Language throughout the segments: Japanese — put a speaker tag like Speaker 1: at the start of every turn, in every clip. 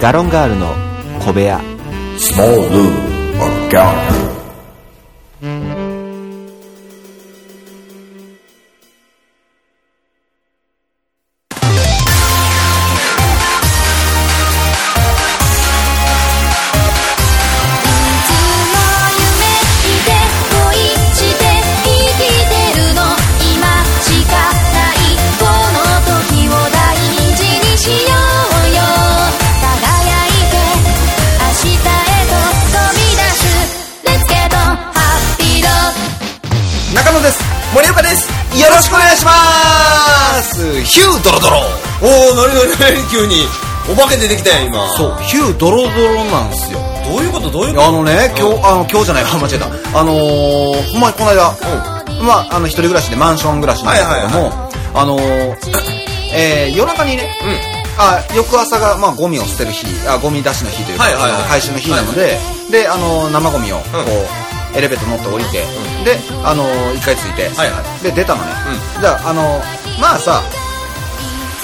Speaker 1: ガロンガールの小部屋
Speaker 2: Small Lou or Gallery.
Speaker 3: いつも夢見て恋して生きてるの今しかないこの時を大事にしようよ輝いて明日へと飛び出す Let's get on happy road
Speaker 4: 中野です森岡ですよろしくお願いしますヒュードロドロおおなになになに急にお化け出てきたよ今
Speaker 5: そう、ヒュードロドロなんですよ。
Speaker 4: どういうことどういう
Speaker 5: あのね、今日、あの、今日じゃない、あ間違えた。あのー、ほんまにこの間、まあ、あの、一人暮らしでマンション暮らしなんですけども、あのー、 えー夜中にね、あ、翌朝が、まあ、ゴミを捨てる日、あ、ゴミ出しの日というか、
Speaker 4: はいはいはい
Speaker 5: あの回収の日なので、で、あのー生ゴミを、こう、エレベーター乗って降りて、で、あのー一回ついて、
Speaker 4: はいは
Speaker 5: で、出たのね。じゃあ、あのーまあさ、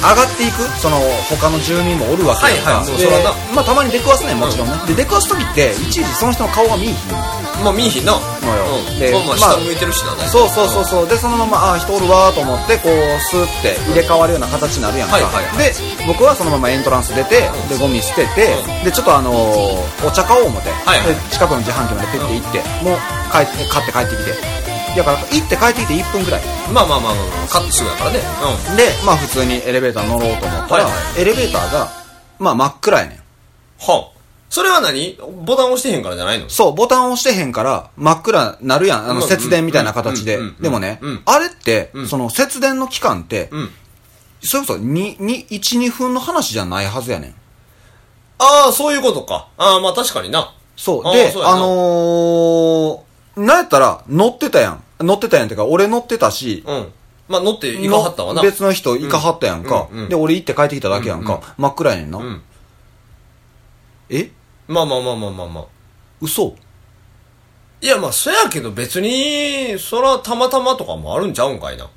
Speaker 5: 上がっていくその他の住民もおるわけやん
Speaker 4: はいは
Speaker 5: か、
Speaker 4: いそう
Speaker 5: で
Speaker 4: そらな
Speaker 5: まあ、たまに出くわすねもちろんね、で出くわす時っていちいちその人の顔が見えひん
Speaker 4: まあ見えひんなうん
Speaker 5: のよ、
Speaker 4: ま
Speaker 5: で
Speaker 4: あまあ下向いてるしな大体
Speaker 5: そうそうそうそうでそのままああー人おるわーと思ってこうスーって入れ替わるような形になるやん
Speaker 4: はい
Speaker 5: か、
Speaker 4: はいはい
Speaker 5: で僕はそのままエントランス出てでゴミ捨てて、でちょっとあのーお茶買おう思って、
Speaker 4: いはい
Speaker 5: で近くの自販機までペッて行って、もう帰って買って帰ってきてだから行って帰ってきて1分ぐらい
Speaker 4: まあまあまあまあまあカットすぐやからねう
Speaker 5: で、まあ普通にエレベーター乗ろうと思ったら、
Speaker 4: はいは
Speaker 5: エレベーターが、まあ真っ暗やねん。
Speaker 4: んはあそれは何ボタン押してへんからじゃないの
Speaker 5: そう、ボタン押してへんから、真っ暗なるやん。あ
Speaker 4: うんう
Speaker 5: の、
Speaker 4: ん
Speaker 5: 節電みたいな形で
Speaker 4: うんうん。
Speaker 5: でもね
Speaker 4: うん、
Speaker 5: あれって
Speaker 4: う、ん
Speaker 5: その節電の期間って
Speaker 4: う、ん
Speaker 5: それこそ2、2、1、2分の話じゃないはずやねん。
Speaker 4: ああそういうことかああまあ確かにな
Speaker 5: そ
Speaker 4: あ
Speaker 5: う。
Speaker 4: ー
Speaker 5: で
Speaker 4: そう、やな
Speaker 5: あのー、なんやったら、乗ってたやん。乗ってたやんってか、俺乗ってたし、
Speaker 4: うんまあ乗っていかはったわな
Speaker 5: 別の人行かはったやんか
Speaker 4: うんうんうん。
Speaker 5: で、俺行って帰ってきただけやん
Speaker 4: うん
Speaker 5: か。真っ暗やねん
Speaker 4: う
Speaker 5: な。
Speaker 4: ん
Speaker 5: え
Speaker 4: まあまあまあまあまあまあ
Speaker 5: 嘘
Speaker 4: いやまあそやけど別にそらたまたまとかもあるんちゃうんかいな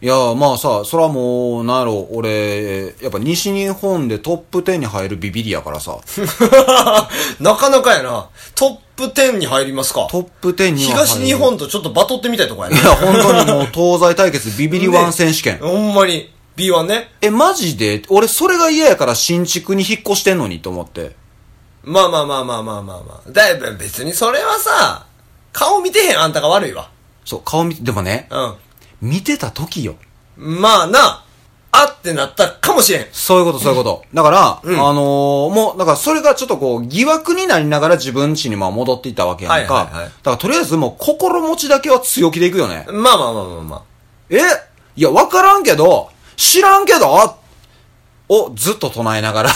Speaker 4: い
Speaker 5: やーまあさ、そらもう、なんやろ、俺、やっぱ西日本でトップ10に入るビビリやか らさ、
Speaker 4: なかなかやな。トップ10に入りますか。
Speaker 5: トップ10には入る
Speaker 4: 東日本とちょっとバトってみたいとこやね
Speaker 5: い。 や、本当にもう東西対決ビビリワン選手権。
Speaker 4: ほんまに。B1 ね。
Speaker 5: え、マジで俺それが嫌やから新築に引っ越してんのにと思って。
Speaker 4: まあまあまあまあまあまあまあ。だいぶ別にそれはさ、顔見てへんあんたが悪いわ。
Speaker 5: そう、顔見て、でもね、
Speaker 4: う
Speaker 5: 見てた時よ。
Speaker 4: ん。まあな、あってなったかもしれん。
Speaker 5: そういうこと、そういうこと。だから、
Speaker 4: うん
Speaker 5: あのーもう、だからそれがちょっとこう、疑惑になりながら自分家にまあ戻っていったわけやんか。
Speaker 4: はいはいはい
Speaker 5: だからとりあえずもう心持ちだけは強気でいくよね。
Speaker 4: まあまあまあまあ ま
Speaker 5: えいや、わからんけど、知らんけどをずっと唱えながら。
Speaker 4: あ。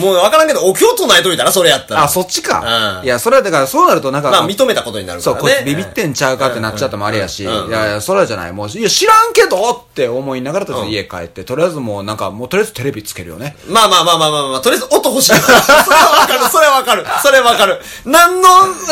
Speaker 4: もうわからんけど、お経唱えといたら、それやったら。
Speaker 5: あ、そっちか。
Speaker 4: うん
Speaker 5: いや、それはだからそうなるとなんか、
Speaker 4: まあ認めたことになるか
Speaker 5: そ
Speaker 4: ら
Speaker 5: う、
Speaker 4: ね。
Speaker 5: こいつビビってんちゃうかってなっちゃったもあれやし、い
Speaker 4: うんうんうん
Speaker 5: やいや、それはじゃない、もう、いや、知らんけどって思いながら、とりあえず家帰って、とりあえずもうなんか、もうとりあえずテレビつけるよね。
Speaker 4: まあまあまあまあまあまあ、とりあえず音欲 しい。それはわかる、それはわかる、それはわかる。何の、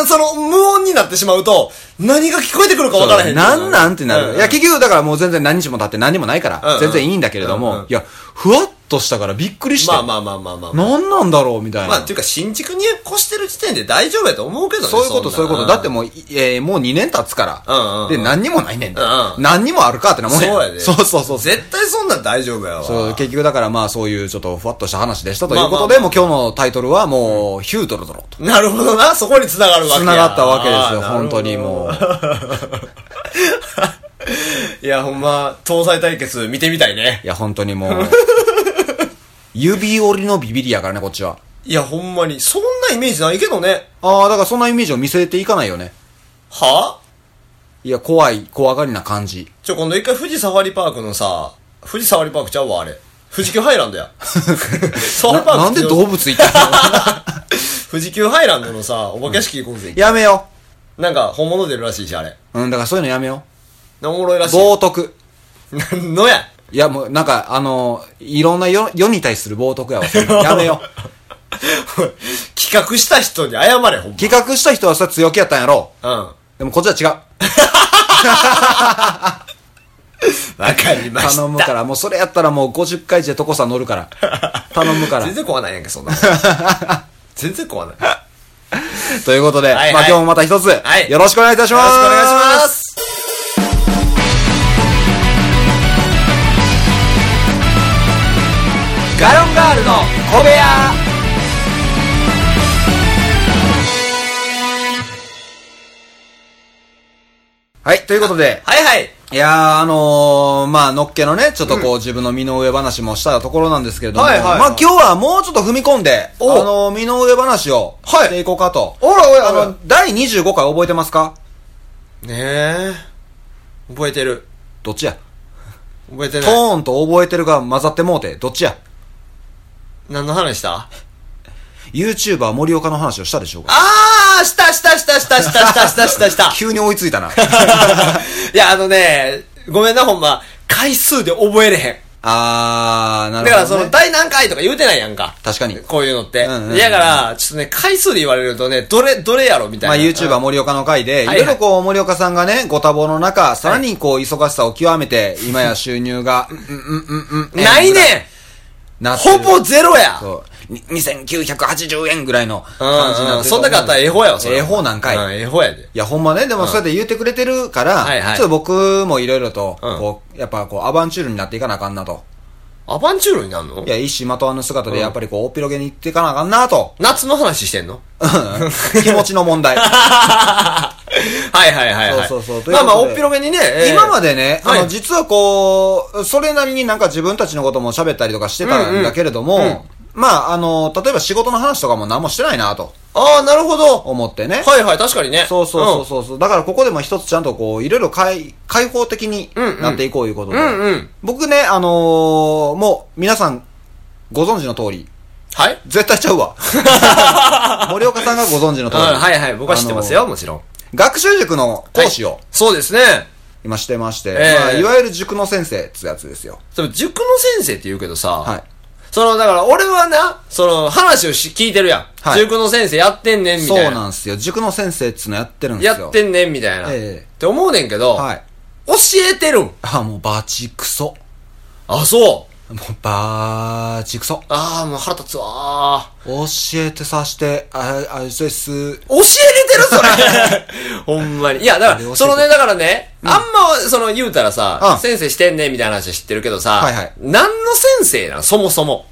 Speaker 4: その、無音になってしまうと、何が聞こえてくるかわからへん。
Speaker 5: なんなんってなる。
Speaker 4: うん
Speaker 5: いや、結局だからもう全然何日も経って何にもないか
Speaker 4: うんう
Speaker 5: ら
Speaker 4: ん、
Speaker 5: 全然いいんだけれど
Speaker 4: うんうん
Speaker 5: も、いや、ふわっとしたからびっくりして、
Speaker 4: まあま
Speaker 5: な
Speaker 4: あまあまあまあまあ。
Speaker 5: んなんだろうみたい
Speaker 4: まあ、っ
Speaker 5: な
Speaker 4: てい。うか、新築に越してる時点で大丈夫やと思うけどね。
Speaker 5: そういうこと、そういうこと。だってもう、いえーもう2年経つか
Speaker 4: うんうんうん
Speaker 5: ら。で、何にもないねんだ
Speaker 4: うん。うん
Speaker 5: 何にもあるかってな
Speaker 4: う
Speaker 5: もん
Speaker 4: そうやで。
Speaker 5: そうそうそう。
Speaker 4: 絶対そんなん大丈夫やわ。
Speaker 5: そう、結局だからまあそういうちょっとふわっとした話でしたということ
Speaker 4: まあ
Speaker 5: で、
Speaker 4: ま
Speaker 5: もう今日のタイトルはもう、ヒュードロドロと。
Speaker 4: なるほどな、そこに繋がるわけや。
Speaker 5: 繋がったわけですよ、
Speaker 4: あー
Speaker 5: 本当にも。
Speaker 4: なるほ
Speaker 5: う。
Speaker 4: どいや、ほんま、東西対決見てみたいね
Speaker 5: い。や、本当にもう。指折りのビビりやからね、こっちは。
Speaker 4: いや、ほんまに、そんなイメージないけどね。
Speaker 5: ああ、だからそんなイメージを見せていかないよね。
Speaker 4: はぁ
Speaker 5: いや、怖い、怖がりな感じ。
Speaker 4: ちょ、今度一回富士サファリパークのさ、富士サファリパークちゃうわ、あれ。富士急ハイラン ドや。サファ
Speaker 5: な
Speaker 4: リパーク
Speaker 5: なんで動物 行ったの
Speaker 4: 富士急ハイランドのさ、お化け屋敷行こうぜ。
Speaker 5: やめよ
Speaker 4: なんか、本物出るらしいし、あれ。
Speaker 5: う。うん、だからそういうのやめよ
Speaker 4: おもろいら
Speaker 5: う。
Speaker 4: しい。
Speaker 5: 冒涜。
Speaker 4: なん のや。
Speaker 5: いや、もう、なんか、あのいろんな世世に対する冒涜やわ。そ ういうのやめよう。
Speaker 4: 企画した人に謝れ、ほん
Speaker 5: 企画した人はそれ強気やったんやろ
Speaker 4: ま。うん。
Speaker 5: でもこっちは違う。
Speaker 4: わかりました。
Speaker 5: 頼むから、もうそれやったら もう50回で所さん乗るから。頼むから
Speaker 4: 全。然怖ないやんけ、そ んなの全然怖ない。
Speaker 5: ということで、
Speaker 4: はい
Speaker 5: まあ
Speaker 4: はい
Speaker 5: 今日もまた一つ、
Speaker 4: はい
Speaker 5: よろしくお願いいたします。。
Speaker 4: よろしくお願いします
Speaker 5: ガロンガールの小部屋はい、ということで、
Speaker 4: はいはい。
Speaker 5: いやー、あのー、まあ、のっけのね、ちょっとこう、自分の身の上話もしたところなんですけれども、
Speaker 4: はいはいはい
Speaker 5: まあ、今日はもうちょっと踏み込んで、あ
Speaker 4: お
Speaker 5: のー、身の上話を
Speaker 4: はい
Speaker 5: していこうかと。
Speaker 4: おらおらおら
Speaker 5: あの、第25回覚えてますか
Speaker 4: ねえ。覚えてる。
Speaker 5: どっちや
Speaker 4: 覚えて
Speaker 5: ト
Speaker 4: ない。
Speaker 5: ーンと覚えてるが混ざってもうて、どっちや
Speaker 4: 何の話した
Speaker 5: ?YouTuber 森岡の話をしたでしょうか
Speaker 4: あーしたしたしたしたしたしたしたしたした。
Speaker 5: 急に追いつ いたな。
Speaker 4: いや、あのね、ごめんな、ほんま。回数で覚えれへん。
Speaker 5: あー、な
Speaker 4: だ
Speaker 5: る
Speaker 4: から、
Speaker 5: ほ
Speaker 4: そ
Speaker 5: ど、
Speaker 4: の、
Speaker 5: ね。
Speaker 4: 第何回とか言うてないやんか。
Speaker 5: 確かに。
Speaker 4: こういうのって。
Speaker 5: うんうんうん
Speaker 4: だから、ちょっとね、回数で言われるとね、どれ、どれやろみたい
Speaker 5: ま
Speaker 4: な。
Speaker 5: あ、YouTuber 森岡の回で、い
Speaker 4: は
Speaker 5: ろ
Speaker 4: いはい
Speaker 5: いろこう、森岡さんがね、ご多忙の中、さらにこう、忙しさを極めて、今や収入 が、うんうんうんうん。
Speaker 4: ないねん
Speaker 5: なってる
Speaker 4: ほぼゼロや
Speaker 5: そう。に2980円ぐらいの感じに
Speaker 4: う
Speaker 5: なっ
Speaker 4: ん。
Speaker 5: て
Speaker 4: そんなかったら絵法やわ、それ
Speaker 5: 絵法なんかい。
Speaker 4: うん、絵法やで。
Speaker 5: いや、ほんまね、でもそうやって言ってくれてるから、
Speaker 4: はいはい
Speaker 5: ちょっと僕もいろいろと、
Speaker 4: うん
Speaker 5: こう、やっぱこう、アバンチュールになっていかなあかんなと。
Speaker 4: アバンチュールになるの
Speaker 5: いや、一心まとわぬ姿
Speaker 4: う
Speaker 5: で、
Speaker 4: ん
Speaker 5: やっぱりこう、おっぴろげにいっていかなあかんなと。
Speaker 4: 夏の話してんの
Speaker 5: 気持ちの問 題。
Speaker 4: はいはいはいはい。
Speaker 5: そうそうそう
Speaker 4: まあまあ、
Speaker 5: という
Speaker 4: お
Speaker 5: ことで
Speaker 4: っぴろげにね、 えー
Speaker 5: 今までね、
Speaker 4: はい
Speaker 5: あの、実はこう、それなりになんか自分たちのことも喋ったりとかしてたんだけれども、
Speaker 4: うんうんうん
Speaker 5: まあ、あの、例えば仕事の話とかも何もしてないなと
Speaker 4: ああ、なるほど。
Speaker 5: 思ってね。
Speaker 4: はいはい、確かにね。
Speaker 5: そうそうそうそうそう。だからここでも一つちゃんとこう、いろいろ開、開放的になっていこういうことで。
Speaker 4: うんうん
Speaker 5: 僕ね、あのーもう、皆さん、ご存知の通り、
Speaker 4: うん。はい
Speaker 5: 絶対ちゃ うわ。森岡さんがご存知の通り。
Speaker 4: うんはいはい、僕は知ってますよ、
Speaker 5: あのー。
Speaker 4: もちろん。
Speaker 5: 学習塾の講師
Speaker 4: は
Speaker 5: を
Speaker 4: いそうですね。
Speaker 5: 今してまして、
Speaker 4: ええ
Speaker 5: まあ、いわゆる塾の先生ってやつですよ。
Speaker 4: でも、塾の先生って言うけどさ、
Speaker 5: はい
Speaker 4: その、だから、俺はな、その、話をし聞いてるやん。
Speaker 5: はい
Speaker 4: 塾の先生やってんねん、み
Speaker 5: そ
Speaker 4: た
Speaker 5: う
Speaker 4: いな。
Speaker 5: なんですよ。塾の先生っつうのやってるんですよ。
Speaker 4: やってんねん、みたいな。
Speaker 5: ええ
Speaker 4: って思うねんけど、
Speaker 5: はい。
Speaker 4: 教えてるん。
Speaker 5: あ、もうバチクソ。
Speaker 4: あ、そう。
Speaker 5: もうバチクソ。
Speaker 4: ああ、もう腹立つわー。
Speaker 5: 教えてさして、あ、あ、そうです。
Speaker 4: 教えれてる それほんまに。いや、だか
Speaker 5: あれ教え
Speaker 4: ら、
Speaker 5: て
Speaker 4: そのね、だからね、あんま、その、言うたら
Speaker 5: う
Speaker 4: さ
Speaker 5: ん、
Speaker 4: 先生してんねんみたいな話は知ってるけどさ、
Speaker 5: はいはい
Speaker 4: 何の先生なんそもそも。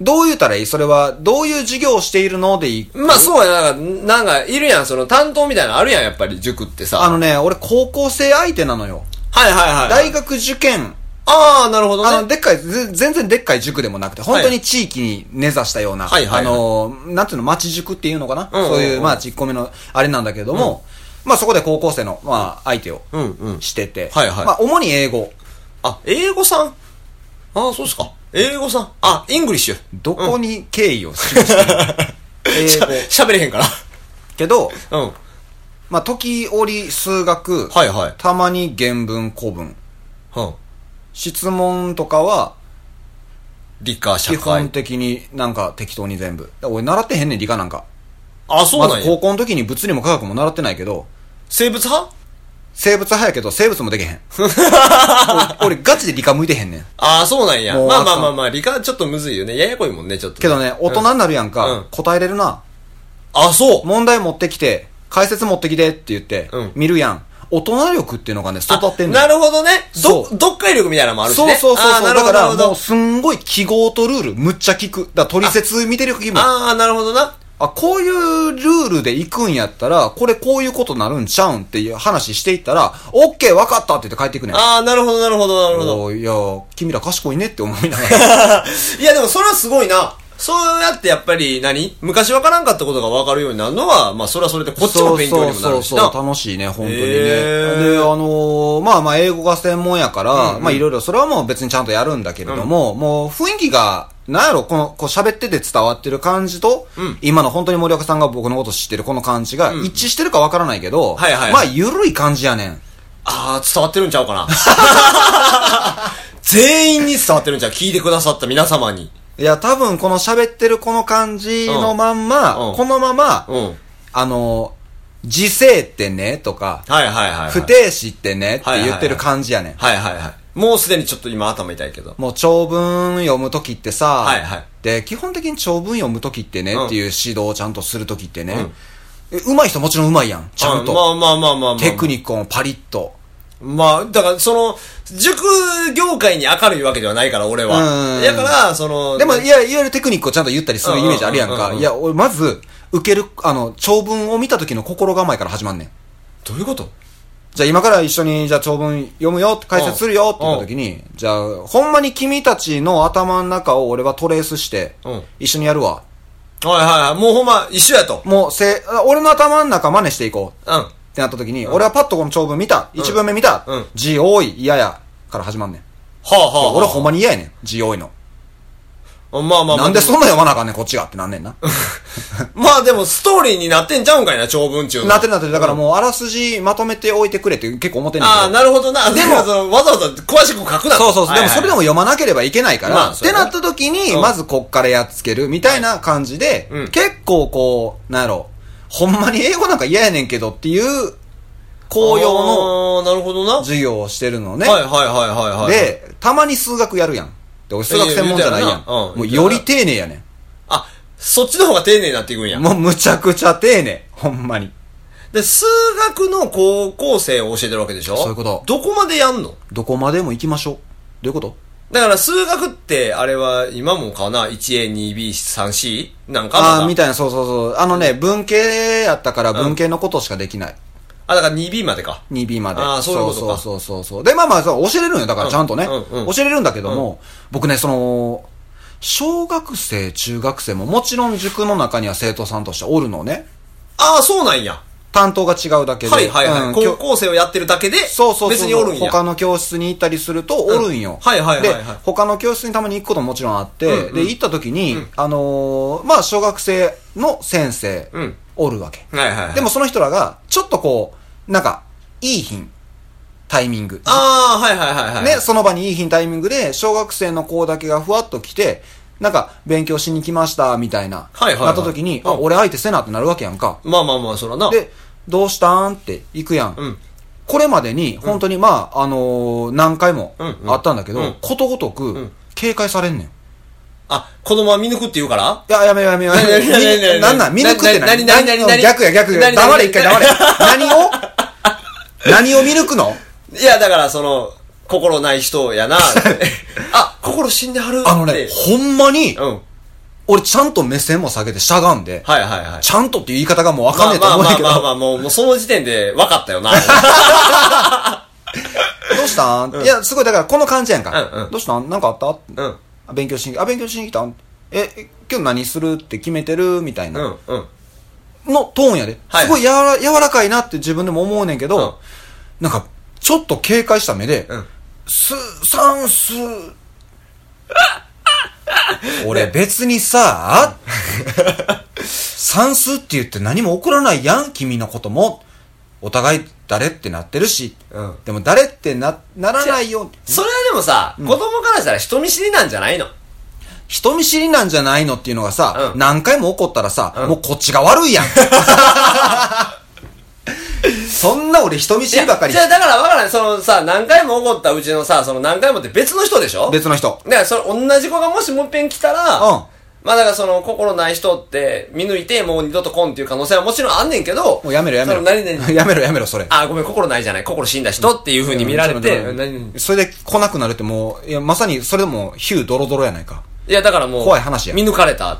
Speaker 5: どう言ったらいいそれは、どういう授業をしているのでいい
Speaker 4: まあ、そうやな、なんか、なんか、いるやん、その、担当みたいなのあるやん、やっぱり、塾ってさ。
Speaker 5: あのね、俺高校生相手なのよ。
Speaker 4: はいはいはい。
Speaker 5: 大学受験。
Speaker 4: ああ、なるほどね。
Speaker 5: あの、でっかい、ぜ全然でっかい塾でもなくて、本当に地域に根ざしたような、
Speaker 4: はいはいはい
Speaker 5: あのー、なんていうの、町塾っていうのかな、
Speaker 4: うんうんうん
Speaker 5: そういう、まあ、ちっこめの、あれなんだけども、まあ、そこで高校生の、まあ、相手を
Speaker 4: うんうん
Speaker 5: してて、
Speaker 4: はいはい
Speaker 5: まあ、主に英語。
Speaker 4: あ、英語さんああ、そうっすか。英語さん。あ、イングリッシュ。
Speaker 5: どこに敬意を示して るの英語。
Speaker 4: 喋れへんから。
Speaker 5: けど、
Speaker 4: うん。は
Speaker 5: まあ、時折数学、
Speaker 4: いはい。
Speaker 5: たまに原文、古文。
Speaker 4: うん。
Speaker 5: 質問とかは、
Speaker 4: 理科、社
Speaker 5: 基本
Speaker 4: 会。
Speaker 5: 的になんか適当に全部。俺習ってへんねん、理科なんか。
Speaker 4: あ、そう
Speaker 5: ま
Speaker 4: なん
Speaker 5: ず
Speaker 4: や
Speaker 5: 高。校の時に物理も科学も習ってないけど、
Speaker 4: 生物派
Speaker 5: 生物派やけど生物も できへん。俺俺ガチで理科向いてへんねん。
Speaker 4: ああ、そうなんや。
Speaker 5: もう
Speaker 4: まあ
Speaker 5: あ
Speaker 4: ま
Speaker 5: かん
Speaker 4: あまあまあ、理科ちょっとむずいよね。ややこいもんね、ちょっと。
Speaker 5: けどね、大人になるやんか、
Speaker 4: うん
Speaker 5: 答えれるな。
Speaker 4: あ、そう。
Speaker 5: 問題持ってきて、解説持ってきてって言って、
Speaker 4: うん
Speaker 5: 見るやん。大人力っていうのがね、育ってんねん
Speaker 4: あなるほどね。ど
Speaker 5: そ、う
Speaker 4: 読解力みたいなのもあるし
Speaker 5: そう
Speaker 4: ね。
Speaker 5: そうそう
Speaker 4: あー
Speaker 5: そ
Speaker 4: な
Speaker 5: う。
Speaker 4: るほ
Speaker 5: だ
Speaker 4: どな
Speaker 5: か
Speaker 4: る
Speaker 5: ら
Speaker 4: ほ
Speaker 5: も
Speaker 4: ど
Speaker 5: う。すんごい記号とルールむっちゃ聞く。だから取説見てる気も。
Speaker 4: ああ、なるほどな。
Speaker 5: あ、こういうルールで行くんやったら、これこういうことなるんちゃうんっていう話していったら、オッケー分かったって言って帰っていくねん。
Speaker 4: ああ、なるほど、なるほど、なるほど。
Speaker 5: おーいやー、君ら賢いねって思いながら。
Speaker 4: いや、でもそれはすごいな。そうやってやっぱり何昔わからんかったことがわかるようになるのは、まあそれはそれで こっちの勉強にもなるし
Speaker 5: そうそう
Speaker 4: な。
Speaker 5: そう楽しいね、本当にね。
Speaker 4: へー
Speaker 5: で、あのーまあまあ、英語が専門やから、まあいろいろ、それはもう別にちゃんとやるんだけれども、もう雰囲気が、なんやろ、この、こう喋ってて伝わってる感じと、
Speaker 4: ん
Speaker 5: 今の本当に森岡さんが僕のこと知ってるこの感じが、一致してるかわからないけど、
Speaker 4: はいはいはい
Speaker 5: まあ、ゆるい感じやねん。
Speaker 4: ああ、伝わってるんちゃうかな。 全員に伝わってるんちゃう聞いてくださった皆様に。
Speaker 5: いや、多分この喋ってるこの感じのまんま、
Speaker 4: うんうん
Speaker 5: このまま、
Speaker 4: うん。
Speaker 5: あのー時世ってね、とか、
Speaker 4: はいはいはいはい
Speaker 5: 不定詞ってねって言ってる感じやねん。
Speaker 4: はいはいはい。もうすでにちょっと今頭痛いけど。
Speaker 5: もう長文読むときってさ、
Speaker 4: はいはい
Speaker 5: で、基本的に長文読むときってね、
Speaker 4: うん
Speaker 5: っていう指導をちゃんとするときってね、え上手い人もちろん上手いやん、ちゃんと。
Speaker 4: あまあまあまあまあまあ。
Speaker 5: テクニックもパリッと。
Speaker 4: まあ、だからその、塾業界に明るいわけではないから、俺
Speaker 5: う
Speaker 4: は。
Speaker 5: ん
Speaker 4: だから、その、
Speaker 5: でも、いや、いわゆるテクニックをちゃんと言ったりするイメージあるやん
Speaker 4: うんうんうん
Speaker 5: か。
Speaker 4: うん
Speaker 5: いや、俺、まず、受ける、あの、長文を見た時の心構えから始まんねん。
Speaker 4: どういうこと
Speaker 5: じゃあ今から一緒に、じゃあ長文読むよ、解説するよって言った時に、じゃあ、ほんまに君たちの頭の中を俺はトレースして
Speaker 4: うん、
Speaker 5: 一緒にやるわ。
Speaker 4: はいはいはい。もうほんま、一緒やと。
Speaker 5: もう、せ、俺の頭の中真似していこう。
Speaker 4: うん。はい
Speaker 5: ってなった時に、俺はパッとこの長文見た。一文目見た
Speaker 4: うん。
Speaker 5: 字多い、嫌や。から始まんねん。
Speaker 4: はあはあ。
Speaker 5: 俺ほんまに嫌やねん。字多いの。
Speaker 4: まあまあまあ。
Speaker 5: なんでそんな読まなあかんねん、こっちがってなんねんな。
Speaker 4: まあでも、ストーリーになってんちゃうんかいな、長文中の。
Speaker 5: なってるなってる。だからもう、あらすじまとめておいてくれって結構思ってんねんけど。
Speaker 4: ああ、なるほどな。で
Speaker 5: で
Speaker 4: も
Speaker 5: も、
Speaker 4: そのわざわざ詳しく書くな
Speaker 5: そうそうそう。
Speaker 4: はい
Speaker 5: で
Speaker 4: は
Speaker 5: も
Speaker 4: い
Speaker 5: それでも読まなければいけないから、
Speaker 4: まあ
Speaker 5: ってなった時に、
Speaker 4: うん
Speaker 5: まずこっからやっつけるみたいな感じで、
Speaker 4: うん
Speaker 5: 結構こう、なんやろ、ほんまに英語なんか嫌やねんけどっていう、公用の
Speaker 4: あーなるほどな。
Speaker 5: 授業をしてるのね。
Speaker 4: はいはいはいはいはい。、
Speaker 5: で、たまに数学やるやん。で、俺数学専門じゃないや
Speaker 4: い
Speaker 5: ん。
Speaker 4: や言うたよなうん
Speaker 5: もうより丁寧やね
Speaker 4: あ、そっちの方が丁寧になっていくんや
Speaker 5: ん。。もうむちゃくちゃ丁寧。ほんまに。
Speaker 4: で、数学の高校生を教えてるわけでしょ
Speaker 5: そういうこと
Speaker 4: どこまでやんの
Speaker 5: どこまでも行きましょう。どういうこと
Speaker 4: だから数学って、あれは今もかな ?1A、2B、3C? なんか
Speaker 5: あ
Speaker 4: ま
Speaker 5: あー、
Speaker 4: だ
Speaker 5: みたいな、そうそうそう。あのね、文系やったから文系のことしかできない。
Speaker 4: あ、だから 2B までか。
Speaker 5: 2B まで。
Speaker 4: あーそういうことか
Speaker 5: そうそうそうそう。で、まあまあ、そう教えれるんよ。だからちゃんとね。
Speaker 4: うんうん
Speaker 5: 教えれるんだけども、僕ね、その、小学生、中学生ももちろん塾の中には生徒さんとしておるのね。
Speaker 4: ああ、そうなんや。
Speaker 5: 担当が違うだけで。
Speaker 4: はいはいはい。
Speaker 5: うん
Speaker 4: 高校生をやってるだけで、
Speaker 5: そうそうそう。
Speaker 4: 別におるんや。
Speaker 5: 他の教室に行ったりすると、おるんよ。
Speaker 4: うんはいはいはいはい
Speaker 5: で、他の教室にたまに行くことももちろんあって、
Speaker 4: うんうん
Speaker 5: で、行った時に、
Speaker 4: うん
Speaker 5: あのーまあ、小学生の先生、
Speaker 4: うん
Speaker 5: おるわけ。
Speaker 4: はいはいはい。
Speaker 5: でも、その人らが、ちょっとこう、なんか、いい品、タイミング。
Speaker 4: ああ、はいはいはいはい。
Speaker 5: ね、その場にいい品タイミングで、小学生の子だけがふわっと来て、なんか、勉強しに来ました、みたいな、
Speaker 4: はいはいはい
Speaker 5: なった時に、あ、
Speaker 4: うん
Speaker 5: 俺相手せなってなるわけやんか。
Speaker 4: まあまあまあ、そらな。
Speaker 5: で、どうしたんって行くやん。
Speaker 4: うん。
Speaker 5: これまでに、本当に、まあ、あのー何回も
Speaker 4: うんうん
Speaker 5: あったんだけど、
Speaker 4: うん
Speaker 5: ことごと
Speaker 4: ん
Speaker 5: く、警戒されんねん。い
Speaker 4: あ、子供は見抜くって言うから
Speaker 5: や、やめようやめようやめよ
Speaker 4: なに
Speaker 5: う。
Speaker 4: なになに
Speaker 5: みなんなん見抜くって
Speaker 4: なになになになになに
Speaker 5: 逆や逆
Speaker 4: な
Speaker 5: や。
Speaker 4: になに
Speaker 5: 黙れ一回黙れ。何を何を見抜くの
Speaker 4: いや、だからその、心ない人やな。 あ、心死んではるって。
Speaker 5: あのね、ほんまに、
Speaker 4: うん。
Speaker 5: 俺ちゃんと目線も下げてしゃがんで、
Speaker 4: はいはいはい。
Speaker 5: ちゃんとっていう言い方がもうわかんねえと
Speaker 4: まあ
Speaker 5: 思うん
Speaker 4: ま
Speaker 5: だ
Speaker 4: あ
Speaker 5: け
Speaker 4: まあまあ、
Speaker 5: ど、
Speaker 4: もう、もうその時点で分かったよな。
Speaker 5: どうしたんいや、すごい、だからこの感じやん
Speaker 4: うんう
Speaker 5: か
Speaker 4: ん。
Speaker 5: どうしたんなんかあった
Speaker 4: うん。
Speaker 5: あ勉強しに、あ、勉強しに来たんえ、今日何するって決めてるみたいうな。
Speaker 4: ん。うん。
Speaker 5: のトーンやで。
Speaker 4: はい
Speaker 5: すごいやわら柔らかいなって自分でも思うねんけど、なんか、ちょっと警戒した目で
Speaker 4: うん、
Speaker 5: す、さんす、俺別にさ、算数って言って何も起こらないやん、君のことも。お互い誰ってなってるし。
Speaker 4: うん
Speaker 5: でも誰ってな、ならないように。
Speaker 4: それはでもさ、子供からしたら人見知りなんじゃないの
Speaker 5: 人見知りなんじゃないのっていうのがさ、
Speaker 4: うん
Speaker 5: 何回も起こったらさ、
Speaker 4: うん
Speaker 5: もうこっちが悪 いやん。そんな俺人見知りばっかり
Speaker 4: いやじゃあだから分からない。そのさ、何回も起こったうちのさ、その何回もって別の人でしょ
Speaker 5: 別の人。
Speaker 4: だからそれ同じ子がもしもっぺん来たら、
Speaker 5: うん
Speaker 4: まあだからその心ない人って見抜いてもう二度と来んっていう可能性はもちろんあんねんけど、
Speaker 5: もうやめろやめろ。
Speaker 4: その何々
Speaker 5: やめろやめろ、それ。
Speaker 4: あ、ごめん、心ないじゃない。心死んだ人っていう風に見られて、
Speaker 5: うん
Speaker 4: 何々
Speaker 5: それで来なくなるってもう、いや、まさにそれでも、ヒュードロドロやないか。
Speaker 4: いやだからもう、
Speaker 5: 怖い話や
Speaker 4: 見抜かれた。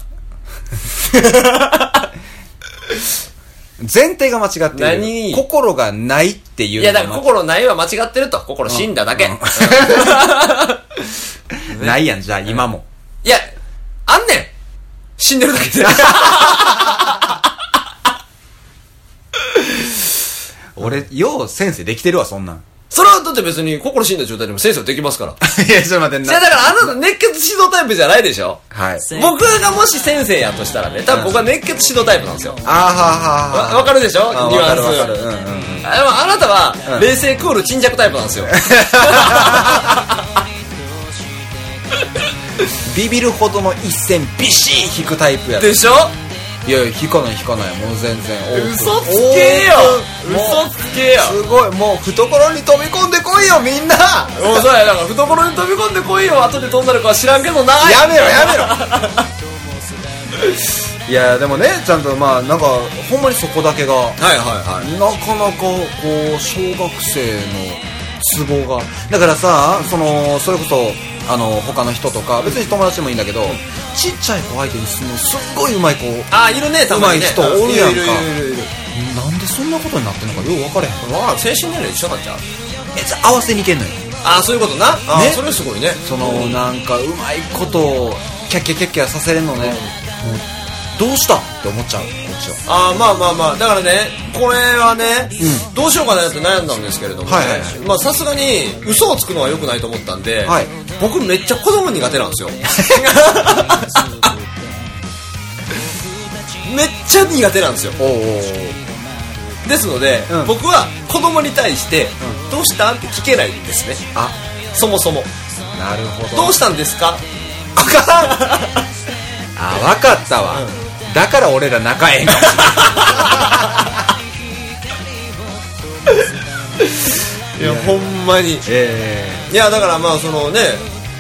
Speaker 5: 前提が間違ってい
Speaker 4: 何
Speaker 5: る。心がないっていう
Speaker 4: い
Speaker 5: のが
Speaker 4: やだから心ないは間違ってると。心死んだだけ。
Speaker 5: うんないやん、じゃあ今も。
Speaker 4: いや、あんねん死んでるだけ で。
Speaker 5: 俺、よう先生できてるわ、そん なん。
Speaker 4: それはだって別に心死んだ状態でも先生できます から。
Speaker 5: いや、ちょっと待って
Speaker 4: いやだからあなた熱血指導タイプじゃないでしょ
Speaker 5: はい。
Speaker 4: 僕がもし先生やとしたらね、多分僕は熱血指導タイプなんですよ。
Speaker 5: あーはーはーはー
Speaker 4: わわかるでしょ
Speaker 5: あ
Speaker 4: ニュアンス。
Speaker 5: わかるわかるうんうん
Speaker 4: あでもあなたは、冷静クール沈着タイプなんですよ。
Speaker 5: ビビるほどの一線ビシー引くタイプやろ
Speaker 4: でしょ
Speaker 5: いやいや引かない引かないもう全然オープン
Speaker 6: 嘘つけよ
Speaker 5: オープンもう
Speaker 6: 嘘つけよ
Speaker 5: すごいもう懐に飛び込んでこいよみんな
Speaker 6: もうそうやだから懐に飛び込んでこいよ後で飛んだのかは知らんけどな
Speaker 5: やめろやめろ いやでもねちゃんとまあなんかほんまにそこだけが
Speaker 4: はいはいはい
Speaker 5: なかなかこう小学生の都合がだからさそのそれこそあの他の人とか別に友達でもいいんだけど、ちっちゃい子相手にするのすっごい上手い子
Speaker 4: あいるねたまにね
Speaker 5: うまい人おるや
Speaker 4: いるいるいる
Speaker 5: んか
Speaker 4: いる
Speaker 5: なんでそんなことになってんのかよう分からへん
Speaker 4: まあ精神年齢一緒なんちゃう
Speaker 5: えじゃあ合わせにいけんのよ
Speaker 4: ああそういうことなあー
Speaker 5: ね
Speaker 4: それすごいね
Speaker 5: そのなんかうまいことをキャッキャキャッキャさせれんのね、もうどうしたって思っちゃうこっちは
Speaker 4: あーまあまあまあだからねこれはね、どうしようかなって悩んだんですけれどもね
Speaker 5: はいはいはい
Speaker 4: まあさすがに嘘をつくのは良くないと思ったんで、
Speaker 5: はい
Speaker 4: 僕めっちゃ子供苦手なん ですよめっちゃ苦手なんですよ
Speaker 5: おうおうおう
Speaker 4: ですので、
Speaker 5: うん
Speaker 4: 僕は子供に対して「どうした?」って聞けないんですね
Speaker 5: あ
Speaker 4: そもそも
Speaker 5: なるほ
Speaker 4: 「
Speaker 5: ど
Speaker 4: どうしたんですか?」
Speaker 5: あわかったわ、だから俺ら仲ええんか
Speaker 4: いやほんまに
Speaker 5: え
Speaker 4: いやだからまあそのね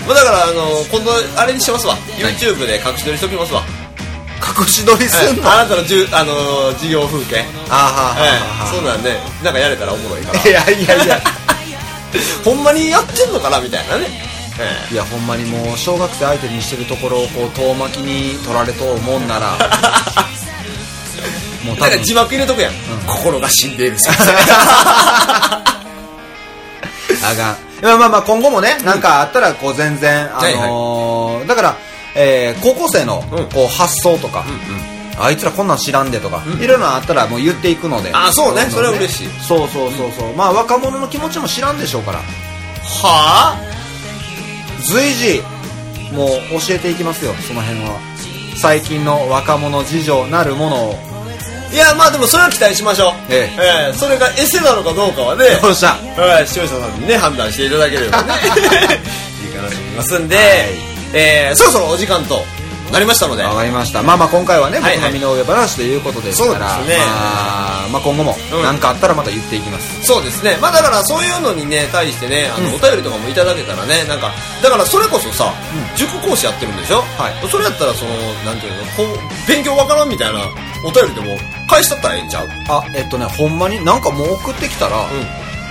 Speaker 4: まあだからあの今度あれにしますわ YouTube で隠し撮りしときますわ
Speaker 5: え隠し撮りすんの、
Speaker 4: はいあなたのじゅあのー授業風景
Speaker 5: あは
Speaker 4: はいそうなんでなんかやれたらおもろいから
Speaker 5: いやいやいや
Speaker 4: ほんまにやってんのかなみたいなねえ
Speaker 5: いやほんまにもう小学生相手にしてるところをこう遠巻きに取られとうもんな らも
Speaker 4: えなん
Speaker 5: う多
Speaker 4: か
Speaker 5: 分
Speaker 4: 字幕入れとくやん心が死んでいる先 生
Speaker 5: あがん。いやまあまあ今後もね、なんかあったらこう全然、あ
Speaker 4: はい
Speaker 5: のーだから、えー高校生の
Speaker 4: うん
Speaker 5: こう発想とか、あいつらこんなん知らんでとか、いろいろなあったらもう言っていくので。
Speaker 4: あそうね
Speaker 5: どんどん
Speaker 4: それは嬉しい
Speaker 5: そうそうそうそう。まあ若者の気持ちも知らんでしょうから、
Speaker 4: はあ
Speaker 5: 随時、もう教えていきますよ、その辺は。最近の若者事情なるものを。
Speaker 4: いやまあでもそれは期待しましょう
Speaker 5: え
Speaker 4: ええそれがエセなのかどうか はね
Speaker 5: よっしゃ
Speaker 4: はい、視聴者さんにね、判断していただけれ ばね、いいかなと思いますんで、えーそろそろお時間となりましたので、
Speaker 5: わ
Speaker 4: は
Speaker 5: かりましたまあまあ今回はね
Speaker 4: はい
Speaker 5: 僕
Speaker 4: はい
Speaker 5: の身の上話ということですから、
Speaker 4: そうですね
Speaker 5: まあ、まあ今後も
Speaker 4: うん
Speaker 5: 何かあったらまた言っていきます、
Speaker 4: そうですね、まあだからそういうのにね、対してね、あのお便りとかもいただけたらね、なんか、だからそれこそさ、塾講師やってるんでしょ、
Speaker 5: はい
Speaker 4: それやったら、その、なんていうの、こう、勉強わからんみたいなお便りでも返したったらええんちゃう
Speaker 5: あえっとねほんまになんかもう送ってきたら、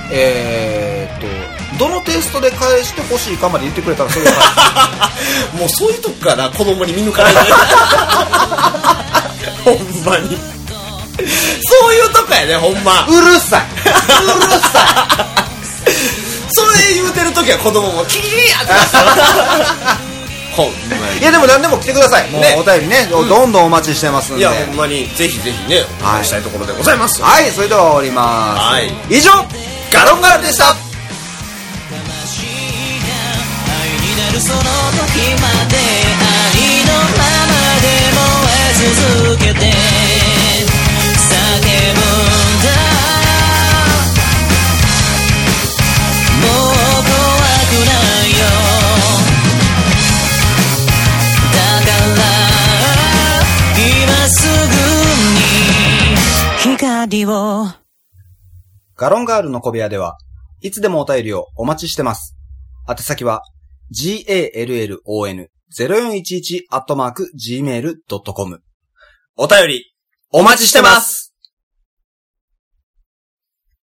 Speaker 5: えーっとどのテイストで返してほしいかまで言ってくれたらそれは
Speaker 4: もうそういうとこから子供に見抜か れてほんまにそういうとこやねほんま
Speaker 5: うるさいうるさ
Speaker 4: それ言うてる時は子供もキキキーってなってた ほんま
Speaker 5: いいやでも何でも来てくださいもう
Speaker 4: ね
Speaker 5: お便りね、どんどんお待ちしてますん
Speaker 4: にいや
Speaker 5: で
Speaker 4: ほんまにぜひぜひねお願いしたいところでございます
Speaker 5: はいそれでは終わります、
Speaker 4: はい
Speaker 5: 以上
Speaker 4: ガロンガラでした
Speaker 5: ガロンガールの小部屋では、いつでもお便りをお待ちしてます。宛先は、gallon0411-gmail.com。
Speaker 4: お便り
Speaker 5: お待ちしてます